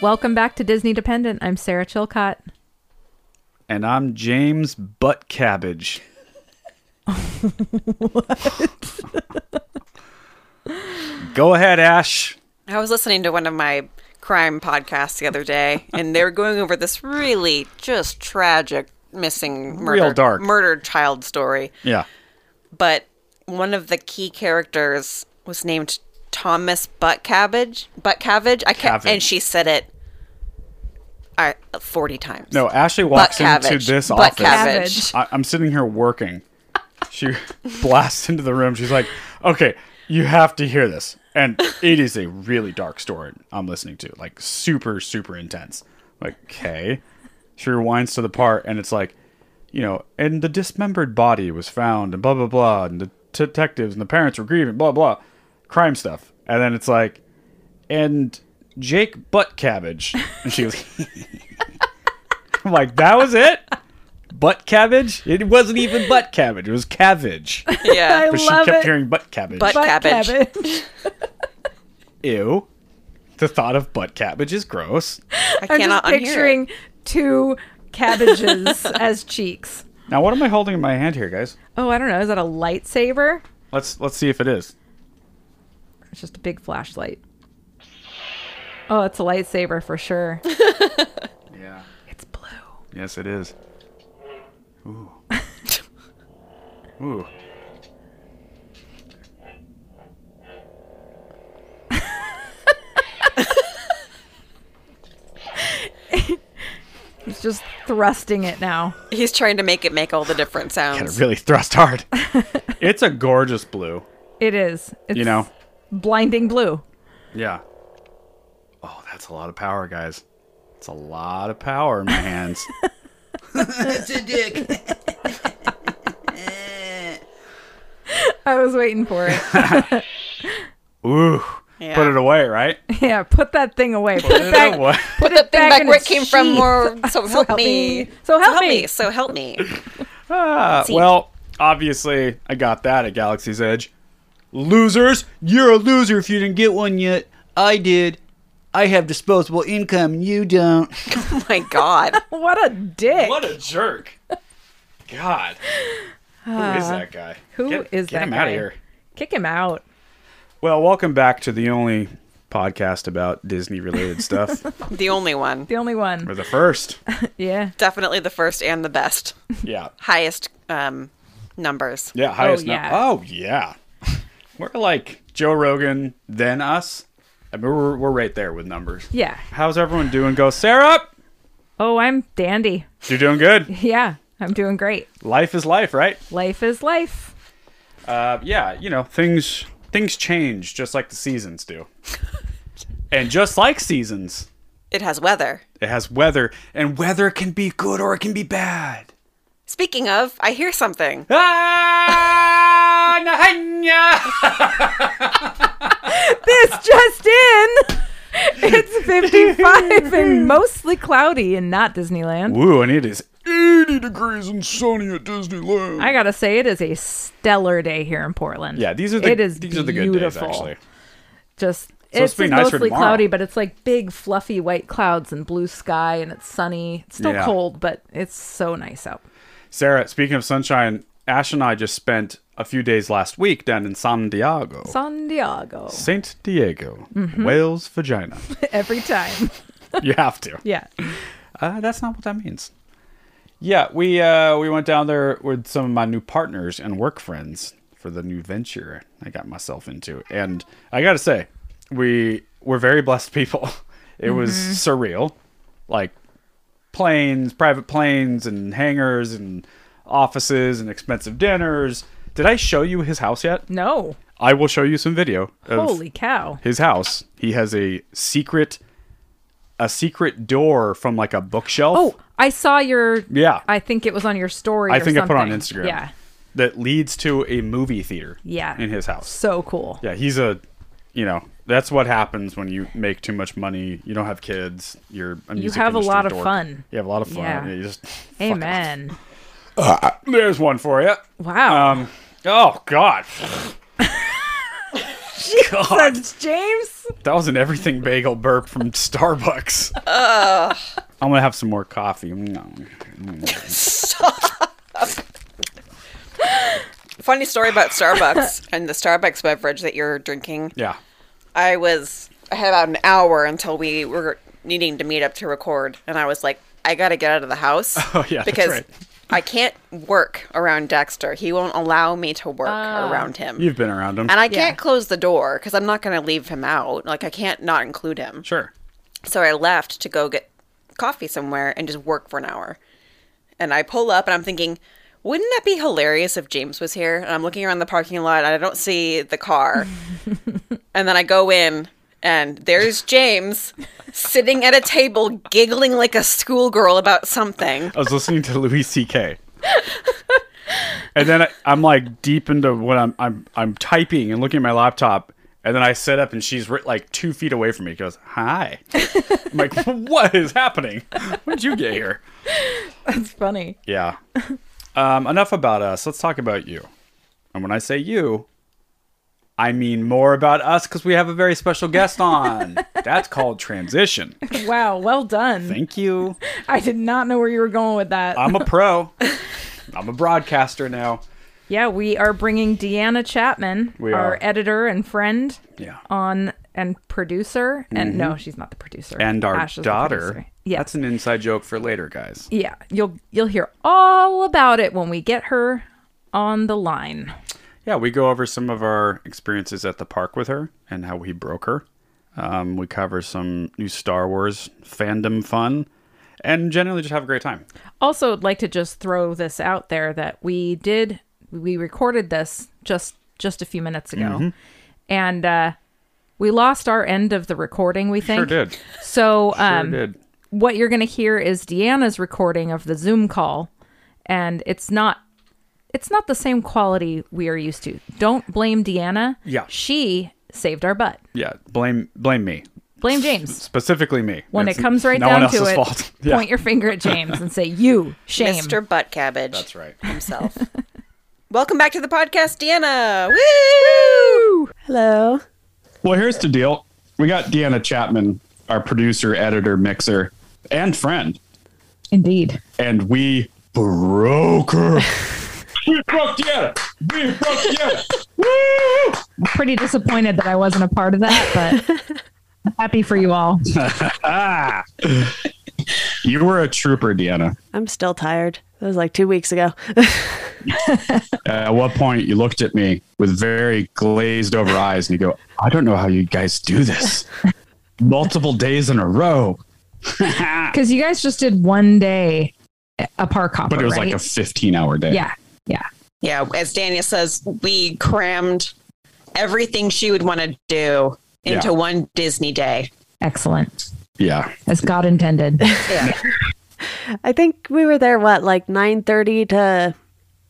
Welcome back to Disney Dependent. I'm Sarah Chilcott. And I'm James Butt Cabbage. Go ahead, Ash. I was listening to one of my crime podcasts the other day, and they were going over this really just tragic missing murder, Real dark. murdered child story. Yeah. But one of the key characters was named Thomas Butt Cabbage. Butt Cabbage. I can't, Cabbage. and she said it uh, forty times. No, Ashley butt walks into cabbage. this office. butt Cabbage. I- I'm sitting here working. She blasts into the room. She's like, okay, you have to hear this. And it is a really dark story I'm listening to, like super, super intense. Like, okay. She rewinds to the part, and it's like, you know, and the dismembered body was found, and blah, blah, blah. And the detectives and the parents were grieving, blah, blah. Crime stuff. And then it's like, and Jake Butt Cabbage. And she goes, I'm like, that was it? Butt cabbage? It wasn't even butt cabbage. It was cabbage. But Yeah. she Love kept it. hearing butt cabbage. Butt- Butt Cabbage. cabbage. Ew. The thought of butt cabbage is gross. I I'm cannot just unhear it. picturing two cabbages as cheeks. Now, what am I holding in my hand here, guys? Oh, I don't know. Is that a lightsaber? Let's let's see if it is. It's just a big flashlight. Oh, it's a lightsaber for sure. Yeah. It's blue. Yes, it is. Ooh. Ooh. He's just thrusting it now. He's trying to make it make all the different Gotta sounds. really thrust hard. it's a gorgeous blue. It is. It's You know? blinding blue. Yeah. Oh, that's a lot of power, guys. It's a lot of power in my hands. I was waiting for it. Ooh. Yeah. Put it away, right? yeah, put that thing away. Put it Put it back. away. Put The it thing back in where it its came from. sheath. More so, help, me. So help me. So help me. Ah, well, obviously, I got that at Galaxy's Edge. Losers, you're a loser if you didn't get one yet. I did. I have disposable income, you don't. Oh my God. What a dick. What a jerk. God. Who is that guy? Uh, who Get- is get that him out guy? of here. Kick him out. Well, welcome back to the only podcast about Disney related stuff. The only one. The only or one. the first. Yeah. Definitely the first and the best. Yeah. Highest um, numbers. Yeah, highest. yeah. num- oh yeah. We're like Joe Rogan, then us. I mean, we're, we're right there with numbers. Yeah. How's everyone doing? Go, Sarah. Oh, I'm dandy. You're doing good. Yeah, I'm doing great. Life is life, right? Life is life. Uh, yeah, you know things things change just like the seasons do, and just like seasons, It has weather. it has weather, and weather can be good or it can be bad. Speaking of, I hear something. Ah, na- hanya. This just in. It's 55 and mostly cloudy and not Disneyland. Ooh, and it is 80 degrees and sunny at Disneyland. I gotta say, it is a stellar day here in Portland. yeah, these are the it is these are the good days beautiful. actually. Just supposed it's to be nicer mostly tomorrow. cloudy, but it's like big fluffy white clouds and blue sky, and it's sunny. It's still Yeah. cold, but it's so nice out. Sarah, speaking of sunshine, Ash and I just spent a few days last week down in San Diego. San Mm-hmm. Diego Saint Diego, whale's vagina. every time. you have to. Yeah, Uh, that's not what that means. Yeah, we uh, we went down there with some of my new partners and work friends for the new venture I got myself into, and I gotta say, we were very blessed people. It was Mm-hmm. surreal, like planes, private planes, and hangars, and offices, and expensive dinners. Did I show you his house yet? no, I will show you some video of holy cow! his house. He has a secret, a secret door from like a bookshelf. Oh, I saw your. Yeah. I think it was on your story. I or think I put on something. Instagram. Yeah, That leads to a movie theater. yeah. In his house. so cool. Yeah, he's a, you know, that's what happens when you make too much money. You don't have kids. You're a music have a industry lot of dork. fun. You have a lot of fun. Yeah. Yeah. you just Amen. there's Um, one for you. Wow. Um. Oh God. God. That's James. That was an everything bagel burp from Starbucks. I'm going to have some more coffee. Mm-hmm. Funny story about Starbucks and the Starbucks beverage that you're drinking. Yeah. I was I had about an hour until we were needing to meet up to record, and I was like, I gotta get out of the house. Oh, yeah, that's because right. I can't work around Dexter. He won't allow me to work around him, Ah. You've been around them. and I can't close the door because I'm not gonna leave him out. Like I can't not include him. sure. So I left to go get coffee somewhere and just work for an hour. And I pull up and I'm thinking, wouldn't that be hilarious if James was here? And I'm looking around the parking lot and I don't see the car. and then I go in and there's James sitting at a table giggling like a schoolgirl about something. Oh, I was listening to Louis C.K. and then I, I'm like deep into what I'm I'm I'm typing and looking at my laptop, and then I sit up and she's ri- like two feet away from me. Goes hi. I'm like, what is happening? When'd you get here? It's funny. Yeah. Um, enough about us. Let's talk about you. And when I say you, I mean more about us because we have a very special guest on. That's called transition. Wow, well done. Thank you. I did not know where you were going with that. Um, I'm a pro. I'm a broadcaster now. yeah, we are bringing Deanna Chapman, We our are. editor and friend, Yeah. on and producer. And no, she's not the producer. and our Ash is the daughter. producer. Yeah. That's an inside joke for later, guys. yeah. You'll you'll hear all about it when we get her on the line. Yeah, we go over some of our experiences at the park with her and how we broke her. Um, we cover some new Star Wars fandom fun and generally just have a great time. Also, would like to just throw this out there that we did we recorded this just just a few minutes ago, Mm-hmm. and uh, we lost our end of the recording. We think Sure did. So Sure um, did. what you're going to hear is Deanna's recording of the Zoom call, and it's not it's not the same quality we are used to. Don't blame Deanna. Yeah. she saved our butt. Yeah, blame blame me. Blame James. Specifically me. When It's it comes right no down one else's to it, fault. Yeah. point your finger at James and say, "You shame." Mr. Butt Cabbage That's right. himself. Welcome back to the podcast, Deanna. Woo! Hello. Well, here's the deal. We got Deanna Chapman, our producer, editor, mixer, and friend, Indeed. and we broke her. we broke Deanna. We broke Deanna. Woo! Pretty disappointed that I wasn't a part of that, but happy for you all. You were a trooper, Deanna. I'm still tired. That was like two weeks ago. At what point you looked at me with very glazed over eyes and you go, I don't know how you guys do this. Multiple days in a row. Because you guys just did one day a park hopper, But it was right? like a 15 hour day. yeah, yeah. yeah, as Daniel says, we crammed everything she would want to do into Yeah. one Disney day. Excellent, Yeah. as God intended. I think we were there what, like nine thirty to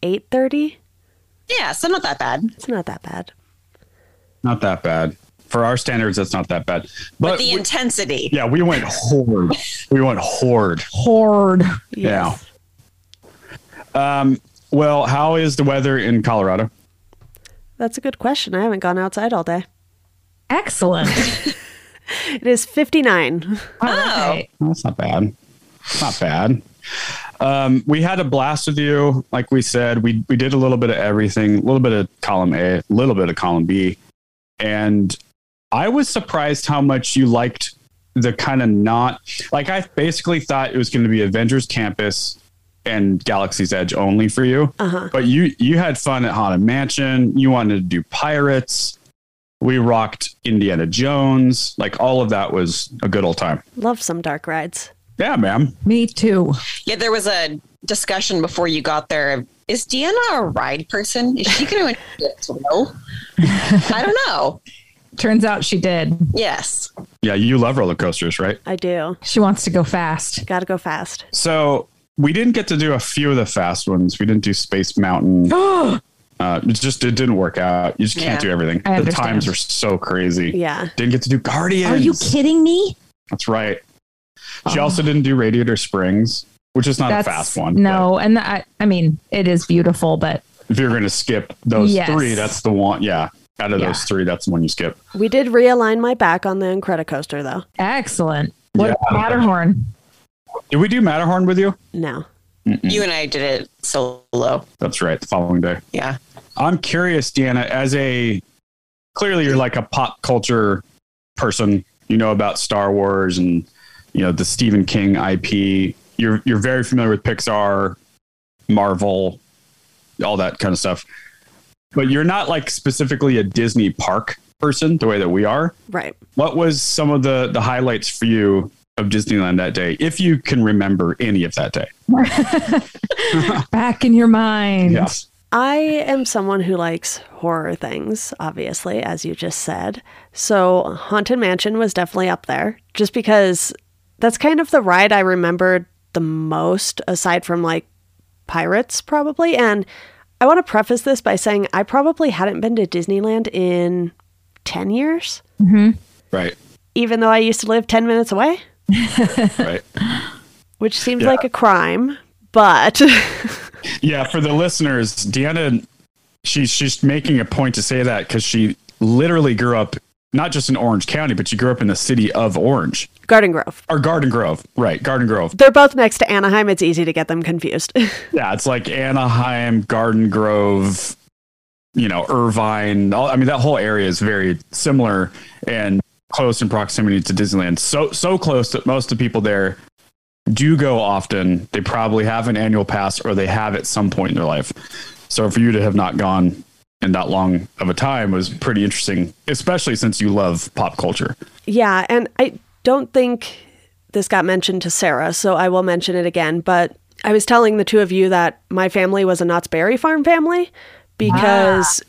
eight thirty? Yeah, so not that bad. It's not that bad. Not that bad. For our standards, that's not that bad. But, But the we- intensity. Yeah, we went horde. we went horde. Horde. Yeah. Um, well, how is the weather in Colorado? That's a good question. I haven't gone outside all day. Excellent. It is fifty nine. All right. Well, That's not bad. It's Not bad. Um, we had a blast with you. Like we said, we we did a little bit of everything, a little bit of column A, a little bit of column B, and I was surprised how much you liked the kind of not like I basically thought it was going to be Avengers Campus and Galaxy's Edge only for you. Uh-huh. But you you had fun at Haunted Mansion. You wanted to do pirates. We rocked Indiana Jones. Like all of that was a good old time. Love some dark rides. Yeah, ma'am. Me too. Yeah, there was a discussion before you got there. of, Is Deanna a ride person? Is she going to get thrill? I don't know. Turns out she did. Yes. Yeah, you love roller coasters, right? I do. She wants to go fast. Gotta go fast. So we didn't get to do a few of the fast ones. We didn't do Space Mountain. uh, it just it didn't work out. You just can't Yeah. do everything. I the understand. times are so crazy. Yeah. Didn't get to do Guardians. Are you Oh. kidding me? That's right. She also didn't do Radiator Springs, which is not a fast one. No, and I, I mean, it is beautiful, but but If you're going to skip those Yes. three, that's the one. Yeah. Out of those three, that's the one you skip. We did realign my back on the Incredicoaster, though. Excellent. What about Yeah. Matterhorn? Did we do Matterhorn with you? No. You and I did it solo. That's right. The following day. Yeah. I'm curious, Deanna, as a clearly you're like a pop culture person. You know about Star Wars and you know the Stephen King IP. You're you're very familiar with Pixar, Marvel, all that kind of stuff. But you're not like specifically a Disney park person the way that we are. Right. What was some of the the highlights for you of Disneyland that day, if you can remember any of that day? Back in your mind. Yeah. I am someone who likes horror things, obviously, as you just said. So Haunted Mansion was definitely up there just because that's kind of the ride I remembered the most, aside from like Pirates, probably. And I want to preface this by saying I probably hadn't been to Disneyland in 10 years, Mm-hmm. Right. even though I used to live 10 minutes away, Right. which seems like a crime, but. Yeah, for the listeners, Deanna, she's she's making a point to say that because she literally grew up not just in Orange County, but she grew up in the city of Orange Garden Grove. or Garden Grove, right? Garden Grove. They're both next to Anaheim. It's easy to get them confused. Yeah, it's like Anaheim, Garden Grove, you know, Irvine. All, I mean, that whole area is very similar and close in proximity to Disneyland. So so close that most of the people there do go often. They probably have an annual pass or they have at some point in their life. So for you to have not gone in that long of a time was pretty interesting, especially since you love pop culture. Yeah, and I don't think this got mentioned to Sarah, so I will mention it again. But I was telling the two of you that my family was a Knott's Berry Farm family because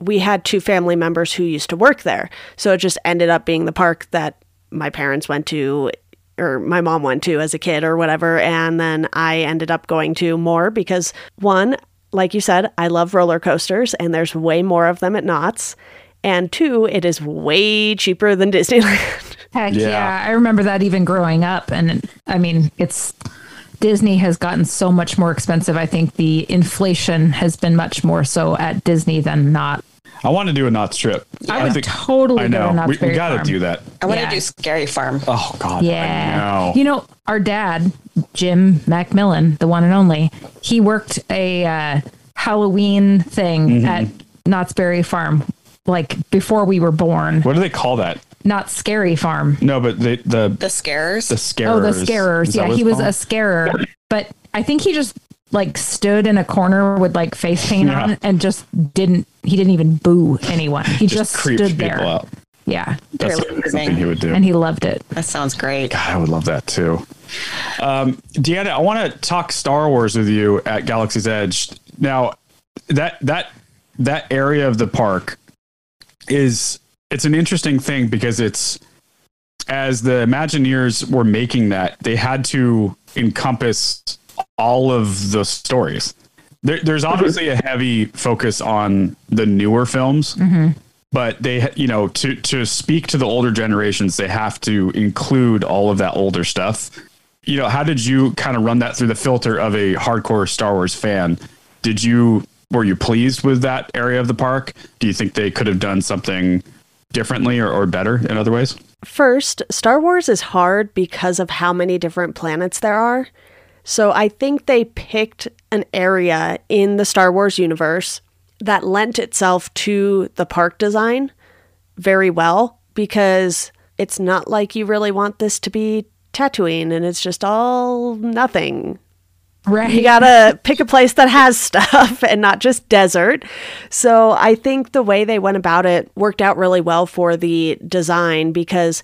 we had two family members who used to work there. So it just ended up being the park that my parents went to or my mom went to as a kid or whatever. And then I ended up going to more because one, like you said, I love roller coasters and there's way more of them at Knott's. And two, it is way cheaper than Disneyland. Heck Yeah. yeah. I remember that even growing up. And I mean, it's Disney has gotten so much more expensive. I think the inflation has been much more so at Disney than not. I want to do a Knott's trip. I would think- totally go I to know. Knott's We, we Berry got to Farm. do that. I want to Yeah. do Scary Farm. Oh God. Yeah. I know. You know, our dad, Jim Macmillan, the one and only, he worked a uh, Halloween thing Mm-hmm. at Knott's Berry Farm, like before we were born. what do they call that? Not Scary Farm. No, but they, the The Scares. the scarers. Oh, the scarers. Is that Yeah, what he it's was called? a scarer. But I think he just like stood in a corner with like face paint Yeah. on and just didn't he didn't even boo anyone. He just just, creeps stood people there. out. Yeah. That's They're losing. something he would do. And he loved it. that sounds great. I would love that too. Um, Deanna, I want to talk Star Wars with you at Galaxy's Edge. Now, that that that area of the park is it's an interesting thing because it's as the Imagineers were making that, they had to encompass all of the stories. There, there's obviously a heavy focus on the newer films, but they you know to to speak to the older generations they have to include all of that older stuff you know how did you kind of run that through the filter of a hardcore star wars fan did you were you pleased with that area of the park do you think they could have done something differently or, or better in other ways First, Star Wars is hard because of how many different planets there are. So I think they picked an area in the Star Wars universe that lent itself to the park design very well because it's not like you really want this to be Tatooine and it's just all nothing. Right. You gotta pick a place that has stuff and not just desert. So I think the way they went about it worked out really well for the design because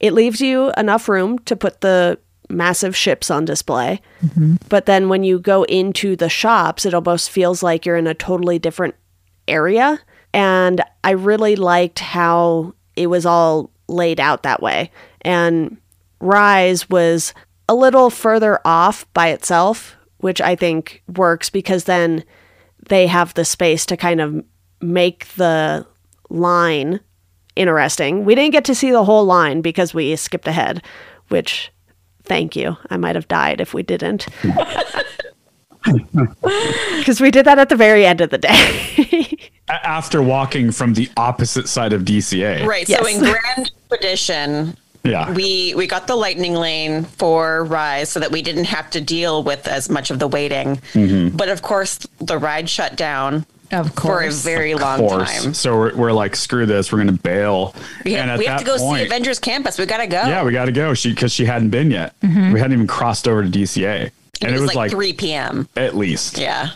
it leaves you enough room to put the massive ships on display. But then when you go into the shops, it almost feels like you're in a totally different area. And I really liked how it was all laid out that way. And Rise was a little further off by itself, which I think works because then they have the space to kind of make the line interesting. We didn't get to see the whole line because we skipped ahead, which thank you. I might have died if we didn't. Because we did that at the very end of the day. a- after walking from the opposite side of DCA. Right. So Yes. in Grand Expedition, Yeah. we we got the lightning lane for Rise so that we didn't have to deal with as much of the waiting. Mm-hmm. But of course, the ride shut down Of for a course. very long course. time. So we're, we're like, screw this. We're going to bail. We have, we have to go see Avengers Campus. We gotta go. Yeah, we got to go. She because she hadn't been yet. We hadn't even crossed over to DCA, and it was like, three p.m. at least. Yeah.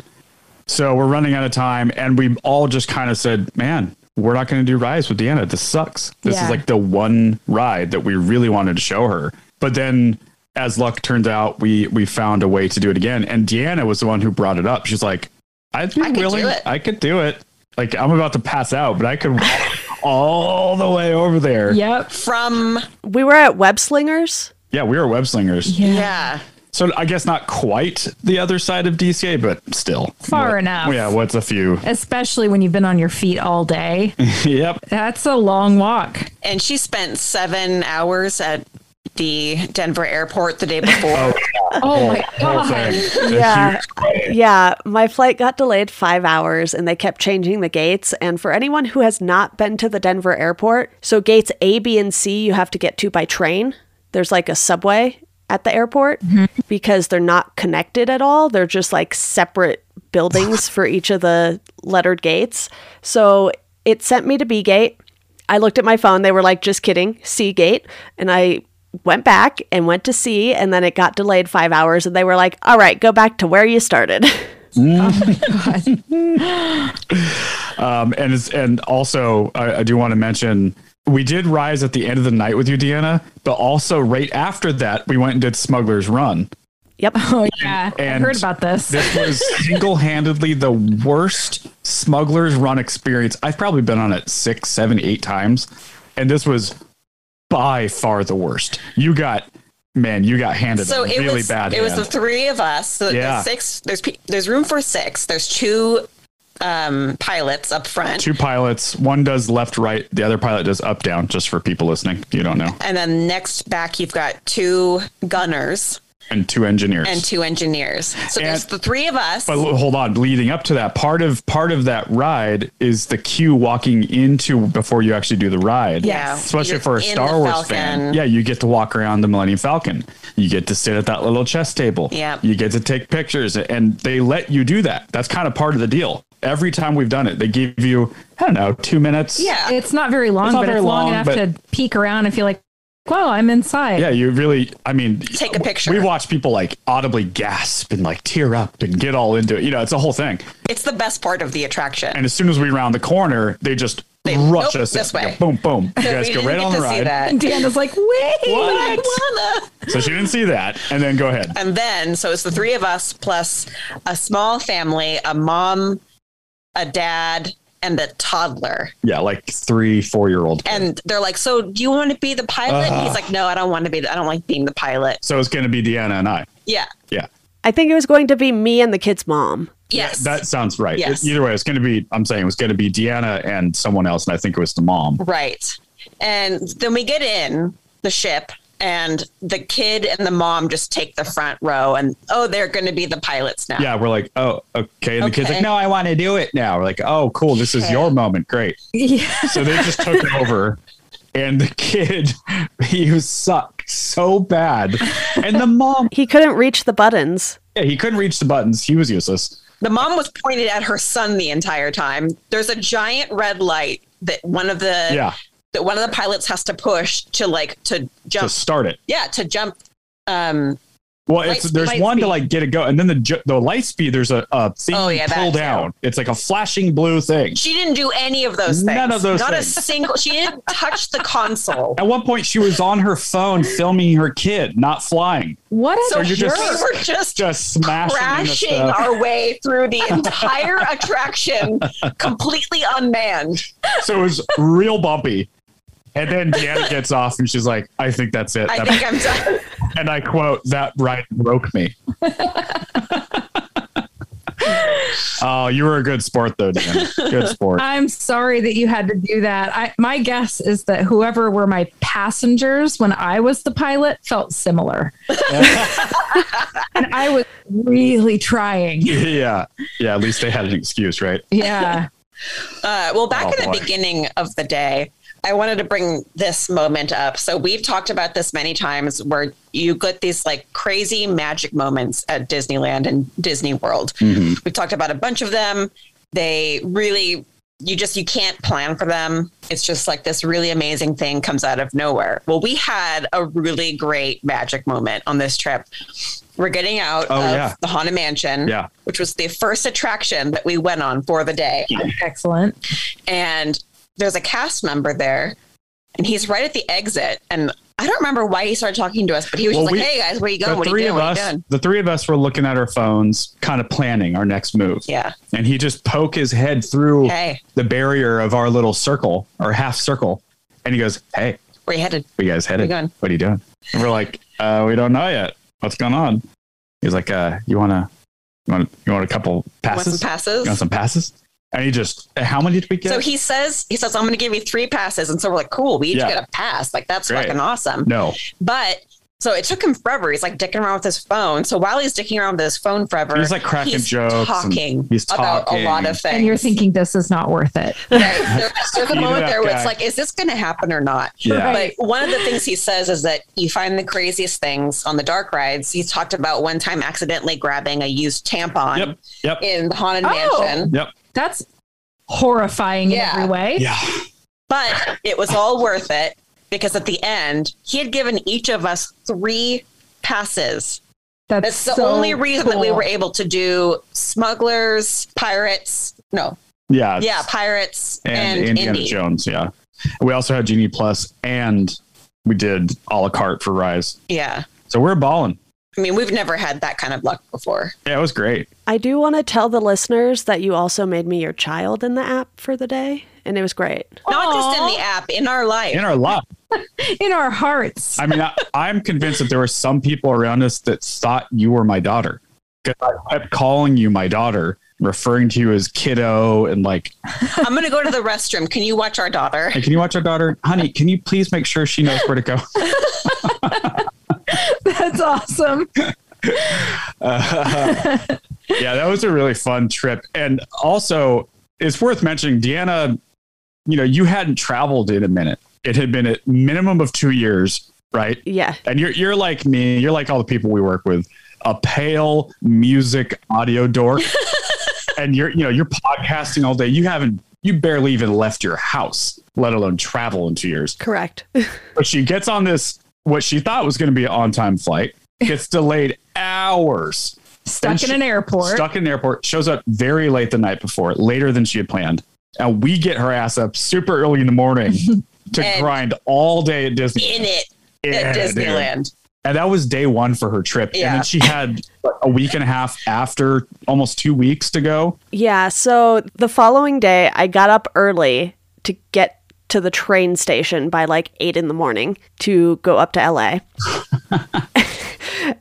So we're running out of time, and we all just kind of said, "Man, we're not going to do Rise with Deanna. This sucks. This Yeah. is like the one ride that we really wanted to show her." But then, as luck turns out, we we found a way to do it again, and Deanna was the one who brought it up. She's like, "I'd be I could do willing. it." I could do it. Like I'm about to pass out, but I could walk all the way over there." Yeah, Yep. From We were at Web Slingers. yeah we were web slingers. yeah. So I guess not quite the other side of DCA, but still Far enough. Yeah, what's a few? Especially when you've been on your feet all day. yep. That's a long walk. And she spent seven hours at the Denver airport the day before. Oh my Whole god. thing. Yeah. Yeah, my flight got delayed five hours and they kept changing the gates. And for anyone who has not been to the Denver airport, so gates A, B, and C you have to get to by train. There's like a subway at the airport because they're not connected at all. They're just like separate buildings for each of the lettered gates. So it sent me to B gate. I looked at my phone. They were like, just kidding, Seagate. And I went back and went to C, and then it got delayed five hours. And they were like, all right, go back to where you started. Um, and it's, and also I, I do want to mention we did rise at the end of the night with you, Deanna, but also right after that we went and did Smuggler's Run. yep. Oh yeah. I And- heard about this. This was single-handedly the worst Smuggler's Run experience. I've probably been on it six, seven, eight times, and this was by far the worst. You got man, you got handed so a it really was bad. it was the hand. three of us so Yeah. there's six there's pe- there's room for six there's two um pilots up front two pilots. One does left, right. The other pilot does up, down. Just for people listening, you don't know. and then next back you've got two gunners And two engineers. and two engineers so there's And- the three of us but l- hold on. Leading up to that, part of part of that ride is the queue walking into before you actually do the ride. Yeah. Especially You're for a in Star the Wars Falcon. fan. Yeah, you get to walk around the Millennium Falcon. You get to sit at that little chess table. Yeah. You get to take pictures, and they let you do that. That's kind of part of the deal. Every time we've done it, they give you I don't know two minutes. yeah It's not very long, It's not but very it's long, long, enough but- to peek around and feel like, "Whoa, I'm inside." Yeah, you really. I mean, Take a picture. We watch people like audibly gasp and like tear up and get all into it. You know, it's a whole thing. it's the best part of the attraction And as soon as we round the corner, they just They- rush nope, us in. this way. Yeah, Boom, boom. You guys we go didn't right get on the to see ride. that. And Deanna's like, "Wait, I What? wanna. So she didn't see that, and then go ahead. and then so it's the three of us plus a small family a mom a dad and a toddler Yeah, like three, four year old. and they're like, "So, do you want to be the pilot?" And Uh-huh. he's like, "No, I don't want to be. The, I don't like being the pilot." So it's going to be Deanna and I. Yeah. Yeah, I think it was going to be me and the kid's mom. Yes. that sounds right. Yes. Either way, it's going to be. I'm saying it was going to be Deanna and someone else, and I think it was the mom. right. And then we get in the ship, and the kid and the mom just take the front row, and oh, they're going to be the pilots now. Yeah, we're like, oh, okay. And the kid's Okay. like, no, I want to do it now. We're like, oh, cool. This is your moment. Great. Yeah. So they just took it over. And the kid, he was sucked so bad. And the mom, He couldn't reach the buttons. yeah, he couldn't reach the buttons. He was useless. The mom was pointed at her son the entire time. There's a giant red light that one of the Yeah, that one of the pilots has to push to like to to jump. start it. yeah, to jump. Um, Well, it's Light- there's light one to speed. like get it go, and then the ju- the light speed. There's a, a thing Oh, yeah, you pull that too. down. It's like a flashing blue thing. She didn't do any of those things. None of those Not a things. single. She didn't touch the console. At one point, she was on her phone filming her kid, not flying, What? a So you're we just- were just just smashing into crashing stuff. our way through the entire attraction, completely unmanned. so it was real bumpy. And then Deanna gets off, and she's like, "I think that's it." I That- think I'm done. and I quote, "That ride broke me." oh, you were a good sport, though, Deanna. Good sport. I'm sorry that you had to do that. I, my guess is that whoever were my passengers when I was the pilot felt similar. and I was really trying. yeah, yeah. At least they had an excuse, right? Yeah. Uh, well, back Oh, in the boy. beginning of the day, I wanted to bring this moment up. So we've talked about this many times where you get these like crazy magic moments at Disneyland and Disney World. We've talked about a bunch of them. They really you just you can't plan for them. It's just like this really amazing thing comes out of nowhere. Well, we had a really great magic moment on this trip. We're getting out Oh, of yeah. the Haunted Mansion, Yeah. which was the first attraction that we went on for the day Excellent. and there's a cast member there and he's right at the exit and i don't remember why he started talking to us but he was Well, just like we- hey guys where you The going what are you three doing of what are you us, doing the three of us were looking at our phones, kind of planning our next move. yeah And he just poke his head through Hey. the barrier of our little circle or half circle, and he goes, "Hey, where you headed where you guys headed? Where you going?" What are you doing?" And we're like, uh, "We don't know yet. What's going on?" He's like, uh, "You wanna, you want, you want a couple want some passes? passes You want some passes?" And he just, "How many did we get?" so he says he says i'm going to give you three passes and so we're like cool we each Yeah. get a pass like that's Great. fucking awesome no, but so it took him forever. He's like dicking around with his phone. So while he's dicking around with his phone forever, He's, like, cracking he's jokes and talking he's about a lot talking. of things. And you're thinking this is not worth it. Right. There- There's a You moment know there that where it's guy. like, is this going to happen or not? Yeah. Right. But one of the things he says is that you find the craziest things on the dark rides. He talked about one time accidentally grabbing a used tampon yep, yep, in the Haunted Oh. Mansion, yep, That's horrifying Yeah. in every way. yeah, but it was all worth it because at the end, he had given each of us three passes. That's, That's the so only reason that we cool. were able to do smugglers, pirates, no, yeah, yeah, pirates, and, and, Indiana Indy. Jones. Yeah, we also had Genie Plus, and we did a la carte for Rise. Yeah. So we're balling. I mean, we've never had that kind of luck before. Yeah, it was great. I do want to tell the listeners that you also made me your child in the app for the day, and it was great. Not just in the app, in our life. In our luck. in our hearts. I mean, I, I'm convinced that there were some people around us that thought you were my daughter because I kept calling you my daughter, referring to you as kiddo, and like, I'm gonna go to the restroom. Can you watch our daughter? hey, can you watch our daughter, honey? Can you please make sure she knows where to go? That's awesome. yeah, that was a really fun trip, and also it's worth mentioning, Deanna. You know, you hadn't traveled in a minute. It had been a minimum of two years, right? Yeah. and you're you're like me, you're like all the people we work with, a pale music audio dork. and you're you know, you're podcasting all day. You haven't you barely even left your house, let alone travel in two years. Correct. But she gets on this what she thought was gonna be an on time flight, gets delayed hours. Stuck Then in an she- airport. Stuck in an airport, shows up very late the night before, later than she had planned. And we get her ass up super early in the morning to And- grind all day at Disney. In it Yeah, at dude. Disneyland. And that was day one for her trip. And Yeah. then she had a week and a half after, almost two weeks to go. Yeah. So the following day, I got up early to get to the train station by like eight in the morning to go up to LA.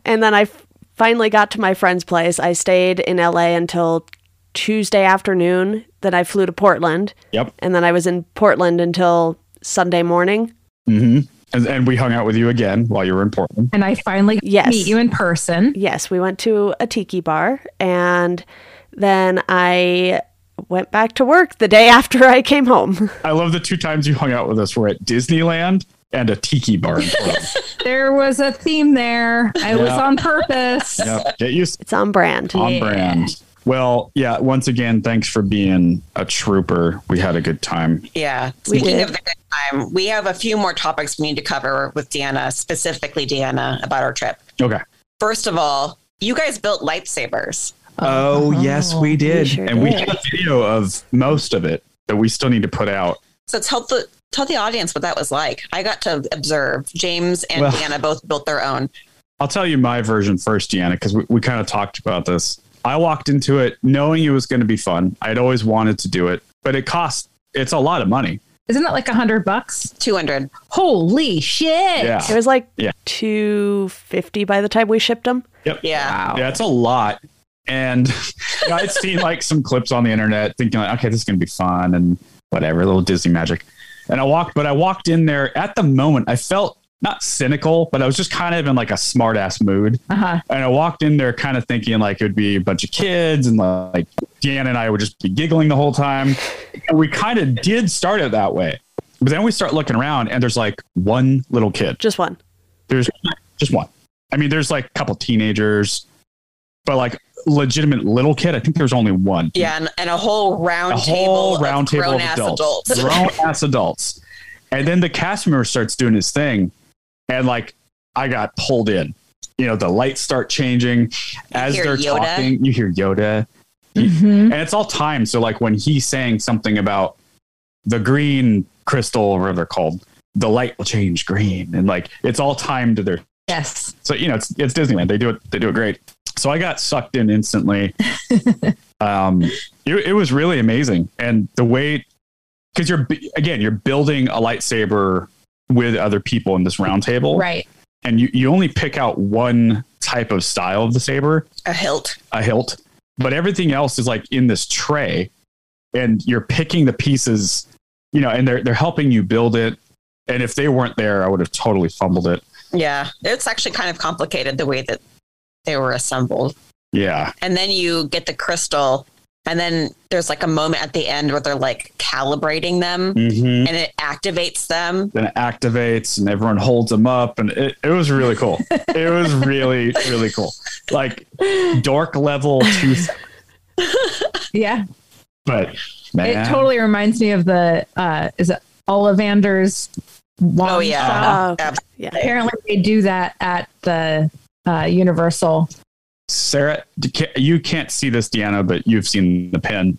and then I f- finally got to my friend's place. I stayed in LA until Tuesday afternoon. Then I flew to Portland. Yep. And then I was in Portland until Sunday morning. Mm-hmm. And, and we hung out with you again while you were in Portland. and I finally got to Yes. meet you in person. Yes, we went to a tiki bar and then I went back to work the day after I came home. I love the two times you hung out with us were at Disneyland and a tiki bar. In Portland. There was a theme there. I was Yeah. on purpose. yep. Get used It's on brand. to on brand. Well, yeah, once again, thanks for being a trooper. We had a good time. Yeah. We Speaking did. of the good time, we have a few more topics we need to cover with Deanna, specifically Deanna, about our trip. Okay. First of all, you guys built lightsabers. Oh, yes, we did. sure and we have a video of most of it that we still need to put out. So tell the tell the audience what that was like. I got to observe. James and Well- Deanna both built their own. I'll tell you my version first, Deanna, because we, we kind of talked about this. I walked into it knowing it was going to be fun. I'd always wanted to do it, but it cost, it's a lot of money. Isn't that like a hundred bucks? Two hundred. Holy shit. Yeah. It was like Yeah. 250 by the time we shipped them. Yep. Yeah. Wow. Yeah, it's a lot. And you know, I'd seen like some clips on the internet thinking, like, okay, this is going to be fun and whatever, a little Disney magic. And I walked, but I walked in there at the moment. I felt not cynical, but I was just kind of in like a smart ass mood. Uh-huh. And I walked in there kind of thinking like it would be a bunch of kids and like Deanna and I would just be giggling the whole time. and we kind of did start it that way. But then we start looking around, and there's like one little kid. Just one. There's just one. I mean, there's like a couple teenagers, but like legitimate little kid. I think there's only one. Yeah, and, and a whole round a table, whole of round table of grown-ass adults, grown ass adults. And then the cast member starts doing his thing, and like I got pulled in. You know, the lights start changing as hear they're Yoda. talking. You hear Yoda, Mhm. and it's all timed. So like when he's saying something about the green crystal, or whatever they're called, the light will change green, and like it's all timed to their Yes. so you know it's it's Disneyland. They do it they do it great. So I got sucked in instantly. um, it, it was really amazing, and the way because you're b- again you're building a lightsaber with other people in this round table, Right. And you you only pick out one type of style of the saber, a hilt. a hilt, but everything else is like in this tray, and you're picking the pieces, you know, and they're they're helping you build it. And if they weren't there, I would have totally fumbled it. Yeah, it's actually kind of complicated the way that they were assembled. Yeah, And then you get the crystal, and then there's like a moment at the end where they're like calibrating them, mm-hmm. and it activates them. then it activates and everyone holds them up and it, it was really cool it was really really cool like dork level two Yeah. but man It totally reminds me of the uh is it Ollivander's wand Oh yeah, style? Uh, Ab- Apparently they do that at the uh Universal. sarah d- ca- you can't see this deanna but you've seen the pin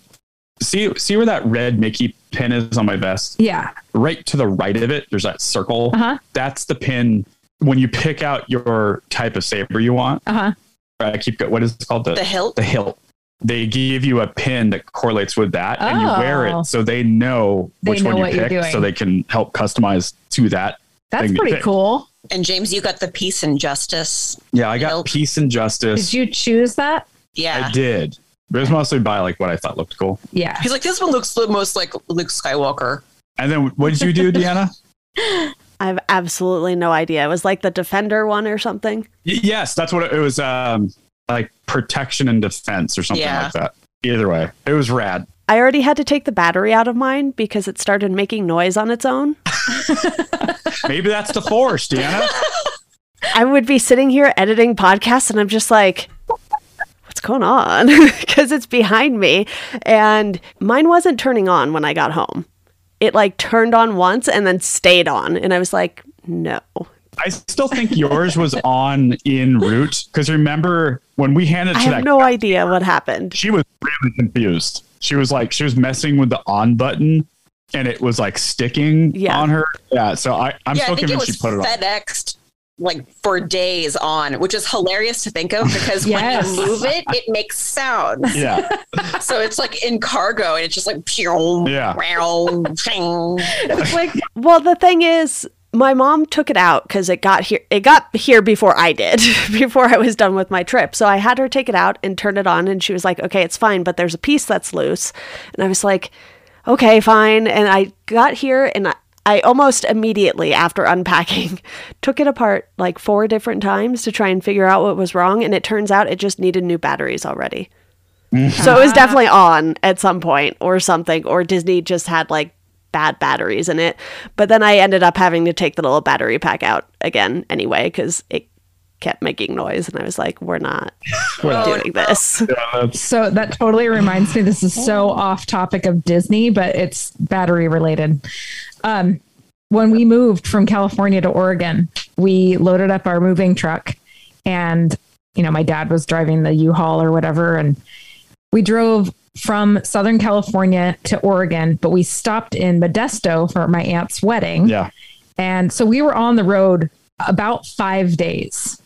see see where that red mickey pin is on my vest Yeah. right to the right of it there's that circle Uh-huh. that's the pin when you pick out your type of saber you want Uh-huh. i keep go- what is it called the hilt. the hilt. They give you a pin that correlates with that, and you wear Oh. it so they know They which know one you what you're pick, so doing. they can help customize to that. That's Thing you pretty pick. cool. And James, you got the peace and justice. Yeah, I got Hilt. peace and justice. Did you choose that? Yeah, I did, but it was mostly by like what I thought looked cool. Yeah. he's like this one looks the most like Luke Skywalker. And then what did you do, Deanna? I have absolutely no idea. It was like the Defender one or something. Y- yes, that's what it, it was. Um, like protection and defense or something Yeah. like that. Either way, it was rad. I already had to take the battery out of mine because it started making noise on its own. Maybe that's the force, Deanna. I would be sitting here editing podcasts and I'm just like, what's going on? Because it's behind me. And mine wasn't turning on when I got home. It like turned on once and then stayed on. And I was like, no. I still think yours was on in route because remember when we handed to I have that no idea what happened. she was really confused. She was like, she was messing with the on button and it was like sticking Yeah. on her. Yeah. So I, I'm yeah, so I think it convinced was she put it on. FedExed like for days on, which is hilarious to think of because Yes. when you move it, it makes sound. Yeah. So it's like in cargo, and it's just like pew, Yeah. meow, ping. It's like Well, the thing is, my mom took it out because it got here. It got here before I did, before I was done with my trip. So I had her take it out and turn it on, and she was like, "Okay, it's fine, but there's a piece that's loose." And I was like, "Okay, fine." And I got here, and I, I almost immediately after unpacking took it apart like four different times to try and figure out what was wrong. And it turns out it just needed new batteries already. So it was definitely on at some point or something, or Disney just had like bad batteries in it. But then I ended up having to take the little battery pack out again anyway because it kept making noise, and I was like, "We're not, we're not doing this." so that totally reminds me this is so off topic of disney but it's battery related um, when we moved from california to oregon we loaded up our moving truck and you know my dad was driving the u-haul or whatever and we drove from southern california to oregon but we stopped in modesto for my aunt's wedding Yeah. and so we were on the road about five days.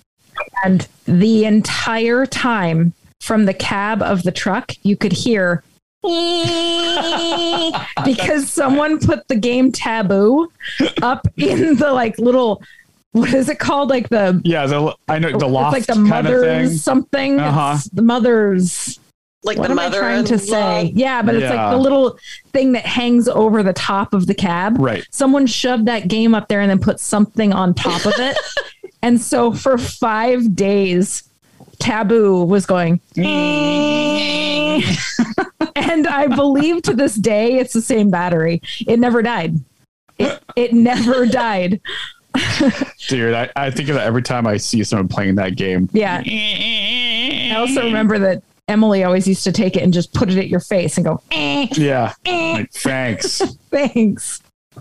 And the entire time from the cab of the truck, you could hear because someone put the game Taboo up in the like little, what is it called? Like the, Yeah. The, I know the it's loft like the kind of mother's thing. something. Uh-huh. It's the mother's, Like what the am mother I trying to say? Yeah, but it's Yeah. like the little thing that hangs over the top of the cab Right. someone shoved that game up there and then put something on top of it. and so for five days, Taboo was going. and I believe to this day it's the same battery. It never died. It, it never died. Dude, I, I think of that every time I see someone playing that game. Yeah. I also remember that Emily always used to take it and just put it at your face and go, "Eh, Yeah. Like, thanks. thanks.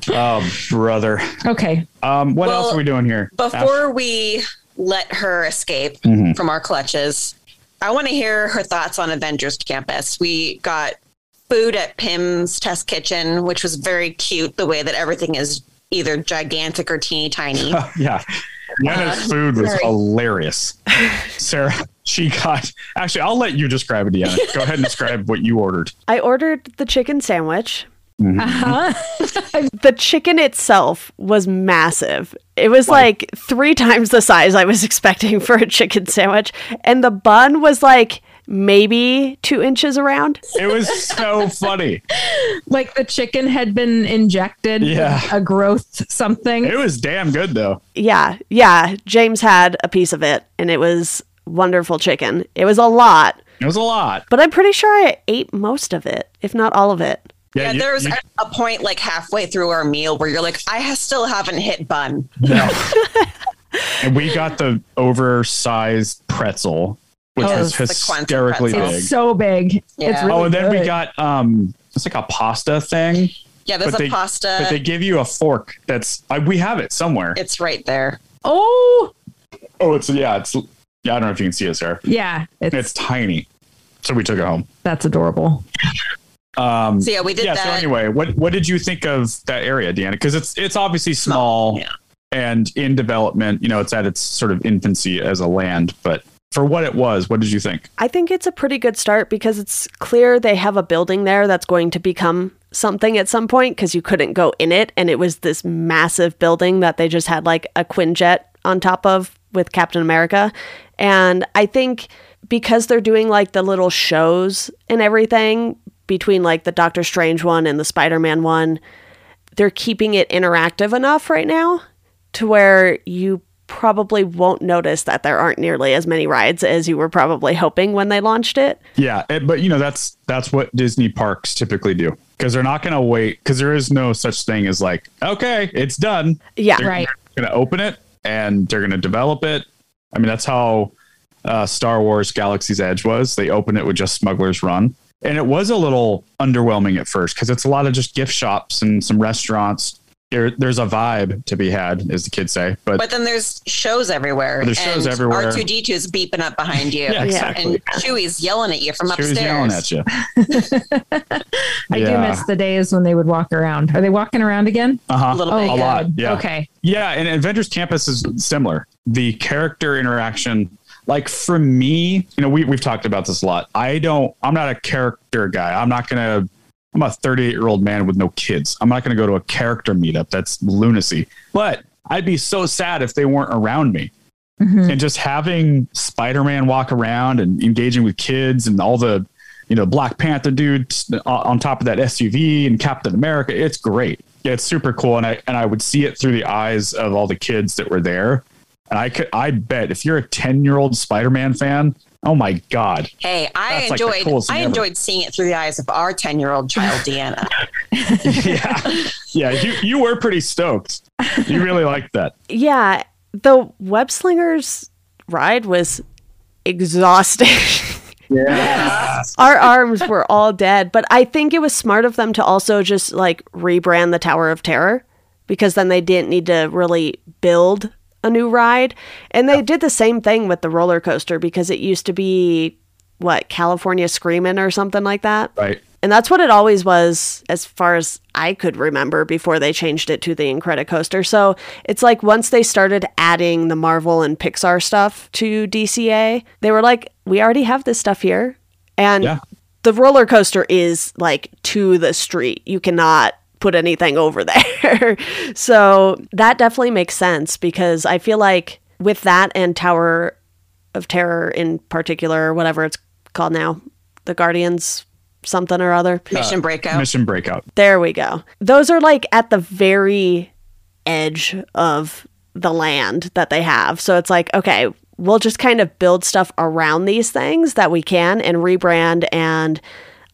oh, brother. Okay. Um, what Well, else are we doing here? Before we let her escape Mhm. from our clutches, I want to hear her thoughts on Avengers Campus. We got food at Pim's Test Kitchen, which was very cute the way that everything is either gigantic or teeny tiny. Af- yeah. Nana's Uh, food was hilarious. Sarah, she got. Actually, I'll let you describe it, Deanna. Go ahead and describe what you ordered. I ordered the chicken sandwich. Mm-hmm. Uh-huh. The chicken itself was massive. It was like three times the size I was expecting for a chicken sandwich. And the bun was like maybe two inches around. It was so funny. Like the chicken had been injected with Yeah. a growth something. It was damn good, though. Yeah, yeah. James had a piece of it and it was wonderful chicken. It was a lot, It was a lot. but I'm pretty sure I ate most of it, if not all of it. Yeah, yeah, you- there was you- a- a point like halfway through our meal where you're like, I ha- still haven't hit bun. No. and we got the oversized pretzel, which Oh, was it's the Quonset hysterically pretzel. big. it's so big. It's Yeah. really oh, and then we good. got um, it's like a pasta thing, Yeah, there's But a they- pasta. but they give you a fork. That's I, we have it somewhere. it's right there. Oh, oh, it's yeah, it's yeah. I don't know if you can see it, Sarah. yeah. It's, It's tiny, so we took it home. that's adorable. Um, So yeah, we did yeah. that. So anyway, what what did you think of that area, Deanna? Because it's it's obviously small yeah. and in development. You know, it's at its sort of infancy as a land, but for what it was, what did you think? I think it's a pretty good start because it's clear they have a building there that's going to become something at some point because you couldn't go in it. And it was this massive building that they just had like a Quinjet on top of with Captain America. And I think because they're doing like the little shows and everything between like the Doctor Strange one and the Spider Man one, they're keeping it interactive enough right now to where you probably won't notice that there aren't nearly as many rides as you were probably hoping when they launched it. Yeah, it- but you know that's that's what Disney parks typically do because they're not going to wait because there is no such thing as like okay, it's done. Yeah. They're Right. going to open it and they're going to develop it. I mean, that's how uh, Star Wars Galaxy's Edge was. They opened it with just Smuggler's Run, and it was a little underwhelming at first because it's a lot of just gift shops and some restaurants. There, there's a vibe to be had, as the kids say, but, But then there's shows everywhere. There's shows everywhere. R two D two is beeping up behind you, yeah, exactly. and Chewie's yelling at you from She upstairs. was yelling at you. I do Yeah. miss the days when they would walk around. Are they walking around again? Uh-huh. A little Oh, bit. a lot. good. Yeah. Okay. Yeah, and Adventures Campus is similar. The character interaction, like for me, you know, we we've talked about this a lot. I don't. I'm not a character guy. I'm not gonna. I'm a 38 year old man with no kids. I'm not gonna go to a character meetup. That's lunacy. But I'd be so sad if they weren't around me. Mhm. And just having Spider Man walk around and engaging with kids and all the, you know, Black Panther dudes on- on top of that SUV and Captain America, it's great. Yeah, it's super cool, and I and I would see it through the eyes of all the kids that were there. And I could, I bet if you're a ten year old Spider Man fan, oh my god, Hey, I That's like the enjoyed. coolest I thing ever. enjoyed seeing it through the eyes of our ten year old child, Deanna. yeah, yeah, you you were pretty stoked. You really liked that. Yeah. The web slingers ride was exhausting. our arms were all dead. But I think it was smart of them to also just like rebrand the Tower of Terror because then they didn't need to really build a new ride. And they did the same thing with the roller coaster because it used to be what California Screamin' or something like that. Right. And that's what it always was, as far as I could remember, before they changed it to the Incredicoaster. So it's like once they started adding the Marvel and Pixar stuff to DCA, they were like, we already have this stuff here. And Yeah. the roller coaster is like to the street. You cannot put anything over there. so that definitely makes sense because I feel like with that and Tower of Terror in particular, or whatever it's called now, the Guardians something or other. Mission breakout. Mission Breakout. There we go. Those are like at the very edge of the land that they have. So it's like, okay, we'll just kind of build stuff around these things that we can and rebrand and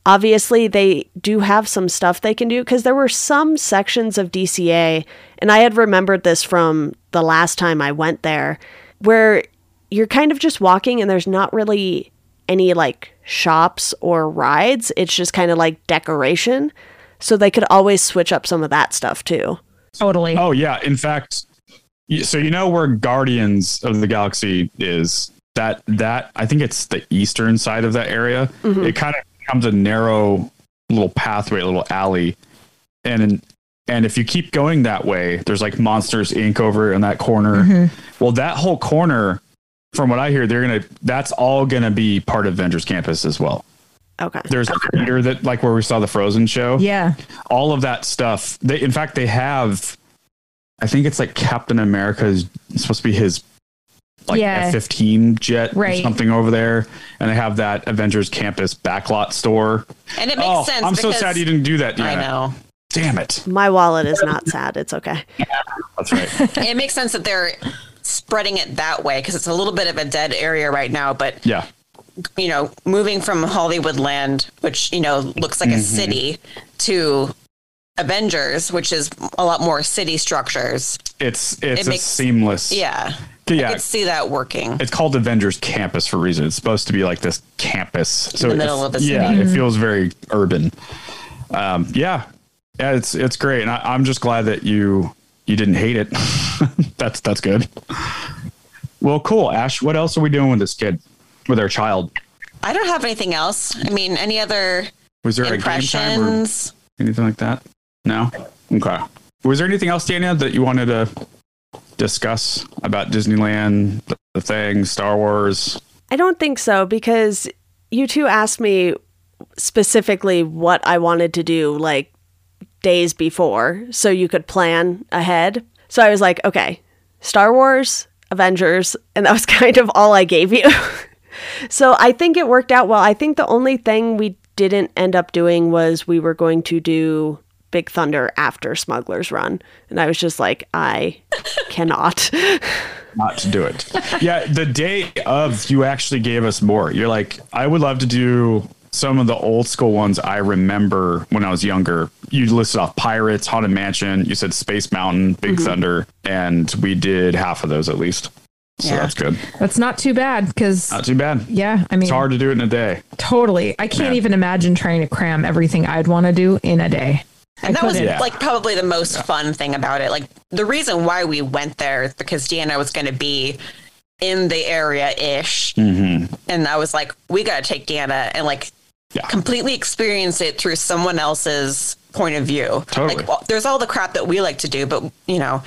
obviously they do have some stuff they can do because there were some sections of DCA and I had remembered this from the last time I went there where you're kind of just walking and there's not really any like shops or rides it's just kind of like decoration so they could always switch up some of that stuff too Totally. Oh yeah. In fact, y- so you know where Guardians of the Galaxy is? That that I think it's the eastern side of that area. Hmm. It kind of becomes a narrow little pathway, a little alley, and and if you keep going that way, there's like Monsters Inc. over in that corner. Mm-hmm. Well, that whole corner, from what I hear, they're gonna that's all gonna be part of Avengers Campus as well. okay There's a theater that like where we saw the Frozen show Yeah. all of that stuff. They, in fact, they have. I think it's like Captain America's it's supposed to be his like Yeah. F fifteen jet Right. or something over there, and they have that Avengers Campus backlot store. And it makes oh, sense. I'm so because- sad you didn't do that. I Deanna. know. Damn it. my wallet is not sad it's okay That's right. it makes sense that they're spreading it that way because it's a little bit of a dead area right now. But yeah. you know, moving from Hollywood Land, which you know looks Mm-hmm. like a city, to Avengers, which is a lot more city structures. It's it's It a makes- seamless. Yeah, I Yeah. could see that working. It's called Avengers Campus for a reason. It's supposed to be like this campus. So the it- middle of a city. yeah, it feels very urban. Um, yeah, yeah, it's it's great, and I, I'm just glad that you you didn't hate it. that's that's good. Well, cool, Ash. What else are we doing with this kid, with our child? I don't have anything else. I mean, any other Was there a game time or impressions? anything like that? No. Okay. Was there anything else, Daniel, that you wanted to discuss about Disneyland, the, the thing, Star Wars? I don't think so because you two asked me specifically what I wanted to do like days before so you could plan ahead. So I was like, okay, Star Wars, Avengers, and that was kind of all I gave you. so I think it worked out well. I think the only thing we didn't end up doing was we were going to do Big Thunder after Smuggler's Run. And I was just like, I cannot. not to do it. yeah, the day of you actually gave us more. You're like, I would love to do some of the old school ones I remember when I was younger. You listed off Pirates, Haunted Mansion, you said Space Mountain, Big Mm-hmm. Thunder, and we did half of those at least. So Yeah. that's good. That's not too bad because, Not too bad. yeah, I mean, It's hard to do it in a day. totally. I can't even imagine trying to cram everything I'd want to do in a day. And I that was couldn't. Yeah. like probably the most fun thing about it. Like the reason why we went there is because Deanna was going to be in the area ish, Mm-hmm. and I was like, we got to take Deanna and like Yeah. completely experience it through someone else's point of view. Totally. Like well, there's all the crap that we like to do, but you know,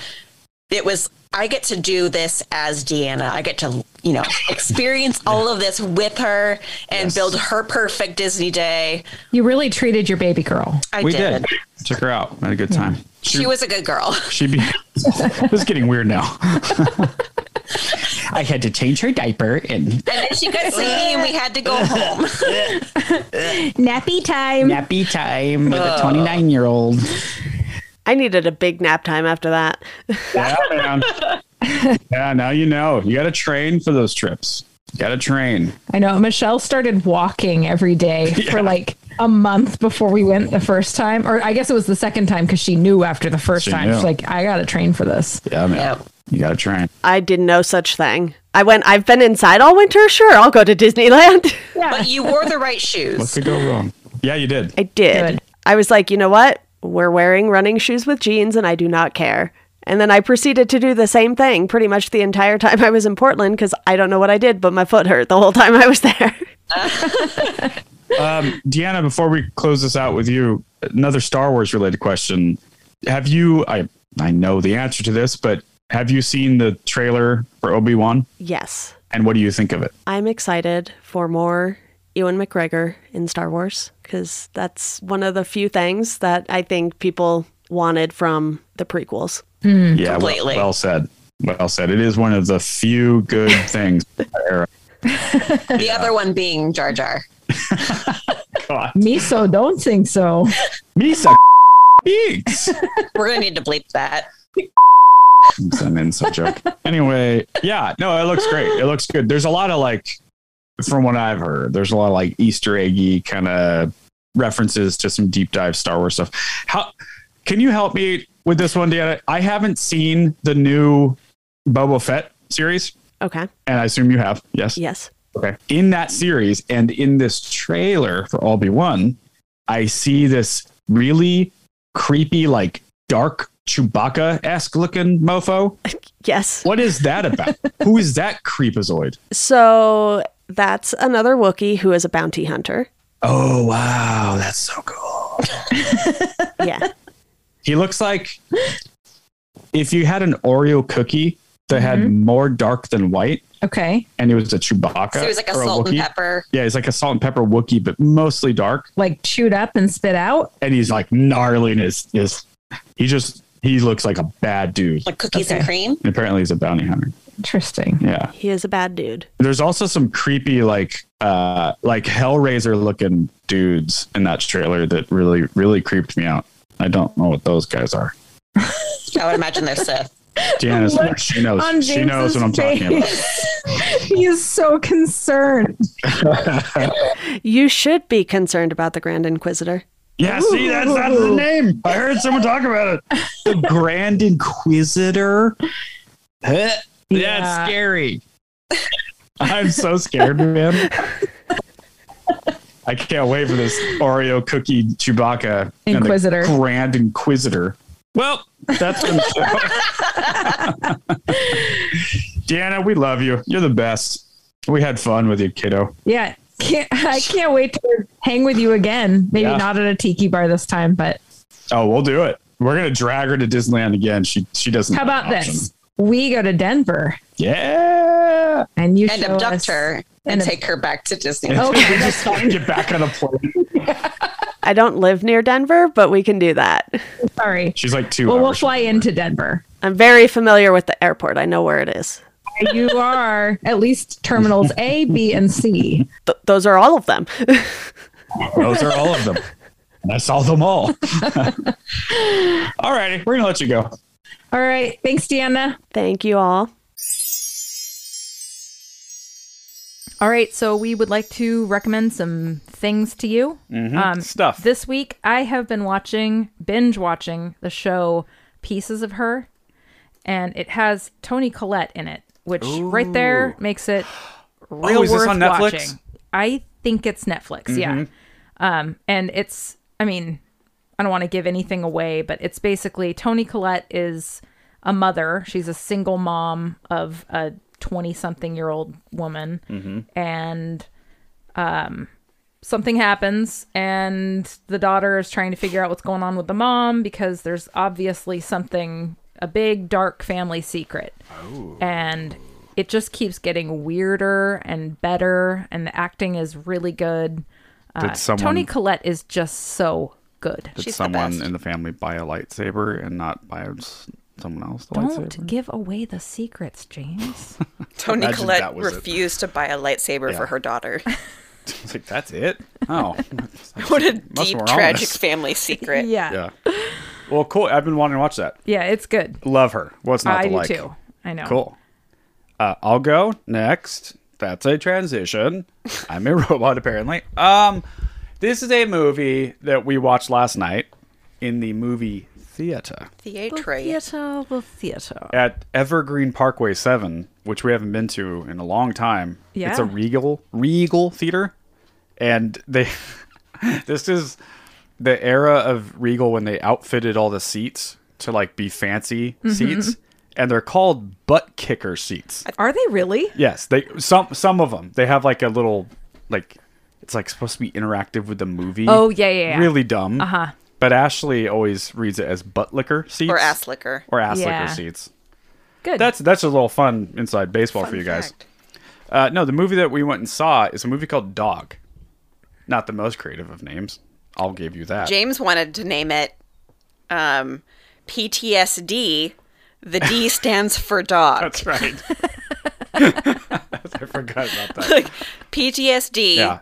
it was I get to do this as Deanna. I get to you know experience all of this with her and build her perfect Disney day. You really treated your baby girl. I We did. did. Took her out. Had a good time. She was a good girl. She'd be. this is getting weird now. I had to change her diaper and And then she got sick and we had to go home. Nappy time. nappy time with a 29 year old. I needed a big nap time after that. Yeah, man. yeah, now you know. You got to train for those trips. You got to train. I know. Michelle started walking every day for like a month before we went the first time, or I guess it was the second time because she knew after the first She time. knew. She's like, I got to train for this. Yeah, man. Yep. You got to train. I did no such thing. I went, I've been inside all winter. Sure, I'll go to Disneyland. But you wore the right What shoes. could go wrong? Yeah, you did. I did. Good. I was like, you know what? We're wearing running shoes with jeans and I do not care. And then I proceeded to do the same thing pretty much the entire time I was in Portland because I don't know what I did, but my foot hurt the whole time I was there. Um, Deanna, before we close this out with you, another Star Wars related question. Have you, I, I know the answer to this, but have you seen the trailer for Obi Wan? yes, And what do you think of it? I'm excited for more Ewan McGregor in Star Wars because that's one of the few things that I think people wanted from the prequels. yeah, well, Completely. well said. Well said. It is one of the few good things. from that era. The other one being Jar Jar. God. Me so don't think so. Misa. Beaks. We're gonna need to bleep that. It's an inside joke. Anyway, yeah, no, it looks great. It looks good. There's a lot of like, from what I've heard, there's a lot of like Easter eggy kind of references to some deep dive Star Wars stuff. How can you help me with this one, Deanna? I haven't seen the new Boba Fett series, Okay. and I assume you have. Yes. Yes. Okay. In that series and in this trailer for All Be One, I see this really creepy, like dark Chewbacca esque looking mofo. Yes. What is that about? Who is that creepazoid? So that's another Wookiee who is a bounty hunter. Oh wow, that's so cool. Yeah. He looks like if you had an Oreo cookie that had more dark than white, Okay. and it was a Chewbacca. Mm-hmm. So he was like a or salt and Wookiee. pepper. Yeah, he's like a salt and pepper Wookiee, but mostly dark. Like chewed up and spit out. and he's like gnarling his his he just he looks like a bad dude Like cookies and Okay. cream. And apparently he's a bounty hunter Interesting. yeah He is a bad dude. there's also some creepy like uh like hellraiser looking dudes in that trailer that really really creeped me out i don't know what those guys are I would imagine they're Sith. janice Look she knows she knows what i'm talking about he is so concerned. You should be concerned about the Grand Inquisitor. yeah see that's that's the name i heard someone talk about it the grand inquisitor Huh. Yeah. that's scary I'm so scared, man. I can't wait for this Oreo cookie Chewbacca and the Inquisitor. Grand Inquisitor. Well, that's been the show. Deanna, we love you. You're the best. We had fun with you, kiddo. Yeah. Can't, I can't wait to hang with you again. Maybe Yeah. not at a tiki bar this time, but Oh, we'll do it. We're gonna drag her to Disneyland again. She she doesn't. how have an about option. this? We go to Denver Yeah. and you And show abduct us- her and, and ab- take her back to Disney. Okay, that's fine. Get back on the plane. I don't live near Denver, but we can do that. Sorry. She's like two. Well, we'll hours. fly into Denver. I'm very familiar with the airport. I know where it is. You are at least terminals A, B, and C. Th- those are all of them. Those are all of them. And I saw them all. all righty, we're gonna let you go. All right. Thanks, Deanna. Thank you all. All right, so we would like to recommend some things to you. Um, Stuff. This week, I have been watching, binge watching the show Pieces of Her, and it has Tony Collette in it, which right there makes it real Oh, is this worth on Netflix? watching. I think it's Netflix, yeah. Mm-hmm. Um, and it's, I mean, I don't want to give anything away, but it's basically Tony Collette is a mother. She's a single mom of a 20 something year old woman. Mm-hmm. And um, something happens, and the daughter is trying to figure out what's going on with the mom because there's obviously something, a big dark family secret. Oh. And it just keeps getting weirder and better, and the acting is really good. Did someone Tony Collette is just so good. did She's the someone best. in the family buy a lightsaber and not buy s- someone else the Don't lightsaber? give away the secrets, James. Tony Imagine Collette that was it. refused to buy a lightsaber Yeah. for her daughter. It's like that's it. Oh, what a Must deep, we're on tragic this. family secret. yeah. Well, cool. I've been wanting to watch that. Yeah, it's good. Love her. What's not I to do like? too. I know. Cool. Uh, I'll go next. That's a transition. I'm a robot, apparently. Um, this is a movie that we watched last night in the movie theater Theatre. Theater, the theater. at Evergreen Parkway Seven, which we haven't been to in a long time. it's a Yeah. Regal Regal theater, and they this is the era of Regal when they outfitted all the seats to like be fancy seats, and they're called butt kicker seats. Are they really? Yes, they some some of them they have like a little like it's like supposed to be interactive with the movie. Oh, yeah, yeah, yeah. really dumb. Uh Uh-huh. But Ashley always reads it as butt liquor seats Or ass liquor. or ass Yeah. liquor seats. Good. That's that's a little fun inside baseball for Fun you guys. fact. Uh, no, the movie that we went and saw is a movie called Dog. Not the most creative of names. I'll give you that. James wanted to name it um, PTSD. The D stands for dog. That's right. I forgot about that. like PTSD Yeah.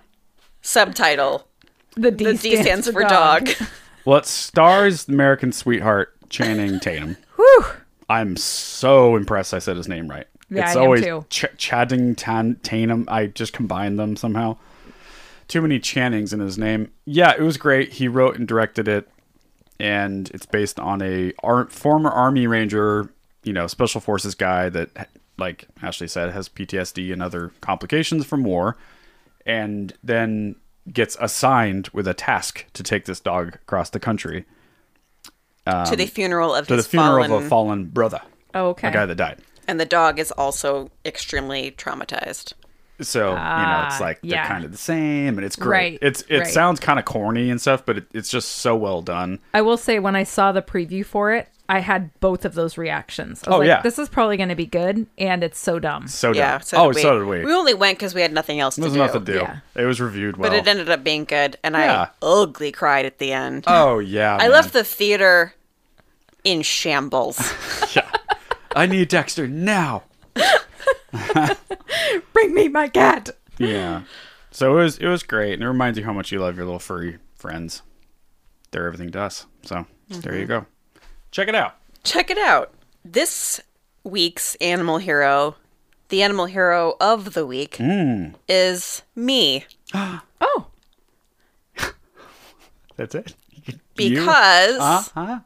subtitle. the D, The D stands, for dog. Well, it stars American sweetheart Channing Tatum. Whew. I'm so impressed. I said his name right. Yeah, it's I am always too. Ch- Chadding Tan Tatum. I just combined them somehow. Too many Channings in his name. Yeah, it was great. He wrote and directed it, and it's based on a ar- former Army Ranger, you know, Special Forces guy that, like Ashley said, has PTSD and other complications from war, and then gets assigned with a task to take this dog across the country to the funeral of Um, to the his funeral fallen, of a fallen brother, Oh, okay. a guy that died. and the dog is also extremely traumatized. So you know, it's like they're Ah, yeah. kind of the same, and it's great. Right, It's it right. sounds kind of corny and stuff, but it, it's just so well done. I will say when I saw the preview for it, I had both of those reactions. I was Oh, like, yeah. this is probably going to be good, and it's so dumb. So Yeah. done. oh, did so did we. We only went because we had nothing else to There's do. nothing to do. Yeah. It was reviewed well. But it ended up being good, and Yeah. I ugly cried at the end. oh yeah, I left the theater in shambles. I need Dexter now. Bring me my cat. Yeah. So it was it was great, and it reminds you how much you love your little furry friends. They're everything to us. So there Mm-hmm. you go. Check it out. Check it out. This week's animal hero, the animal hero of the week, Hmm. is me. Oh, That's it. Because huh?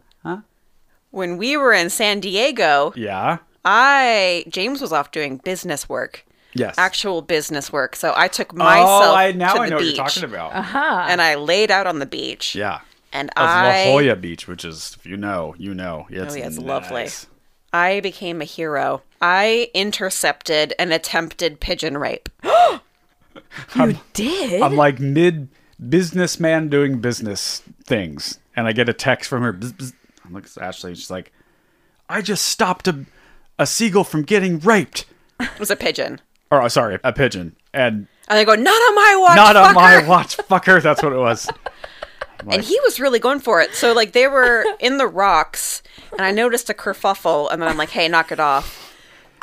when we were in San Diego, Yeah. I James was off doing business work, Yes. actual business work. So I took myself oh, I now to I the know beach what you're talking about. Uh-huh. and I laid out on the beach. Yeah. and Of I La Jolla Beach, which is if you know, you know. It's Oh, yeah, it's nice. lovely. I became a hero. I intercepted an attempted pigeon rape. you did? I'm like mid businessman doing business things, and I get a text from her. Bzz, bzz. I'm like, it's Ashley. and She's like, I just stopped a a seagull from getting raped. It was a pigeon. Or oh, sorry, a pigeon, and And I go, not on my watch. not on fucker!" my watch, fucker. That's what it was. And he was really going for it. So like they were in the rocks, and I noticed a kerfuffle, and then I'm like, hey, knock it off.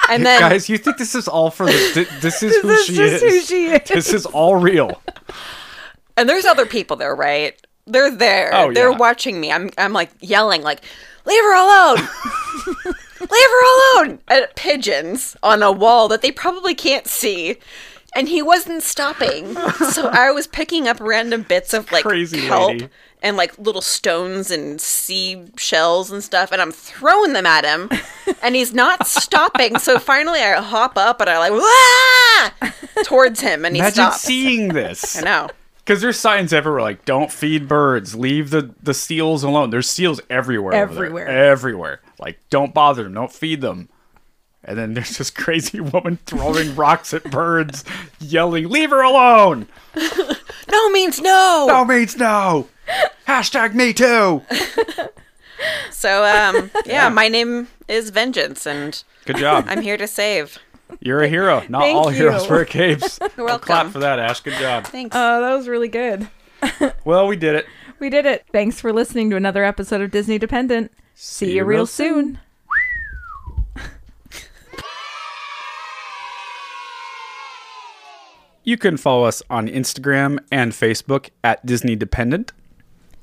And then Guys, you think this is all for the? This is, who, is she just is. who she is. This is all real. and there's other people there, right? They're there. Oh, They're yeah. watching me. I'm I'm like yelling, like, leave her alone. leave her alone. At pigeons on a wall that they probably can't see. And he wasn't stopping. so I was picking up random bits of like Crazy kelp lady. and like little stones and sea shells and stuff and I'm throwing them at him and he's not stopping. So finally I hop up and I like Wah! towards him and he Imagine stops. seeing this. I know. Because there's signs everywhere, like "Don't feed birds," "Leave the the seals alone." There's seals everywhere, over there. Everywhere. everywhere. Like, don't bother them, don't feed them. And then there's this crazy woman throwing rocks at birds, yelling, "Leave her alone!" No means no. No means no. Hashtag me too. So um yeah, my name is Vengeance and Good job. I'm here to save. You're a hero. Not all heroes wear capes. You're welcome. Clap for that, Ash. Good job. Thanks. Oh, that was really good. Well, we did it. We did it. Thanks for listening to another episode of Disney Dependent. See, you real soon. You can follow us on Instagram and Facebook at Disney Dependent.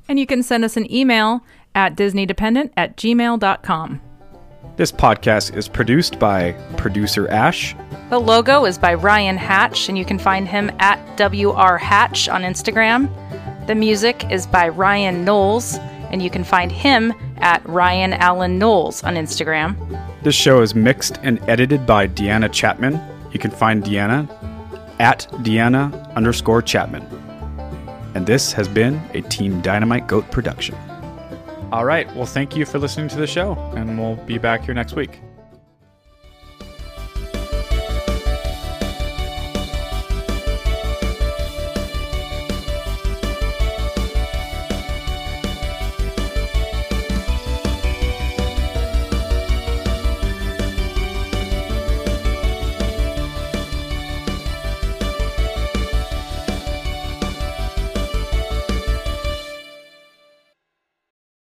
And you can send us an email at disneydependent at gmail.com. This podcast is produced by producer Ash. The logo is by Ryan Hatch, and you can find him at WR Hatch on Instagram. The music is by Ryan Knowles, and you can find him at Ryan Allen Knowles on Instagram. This show is mixed and edited by Deanna Chapman. You can find Deanna at Deanna underscore Chapman. And this has been a Team Dynamite Goat production. All right. Well, thank you for listening to the show, and we'll be back here next week.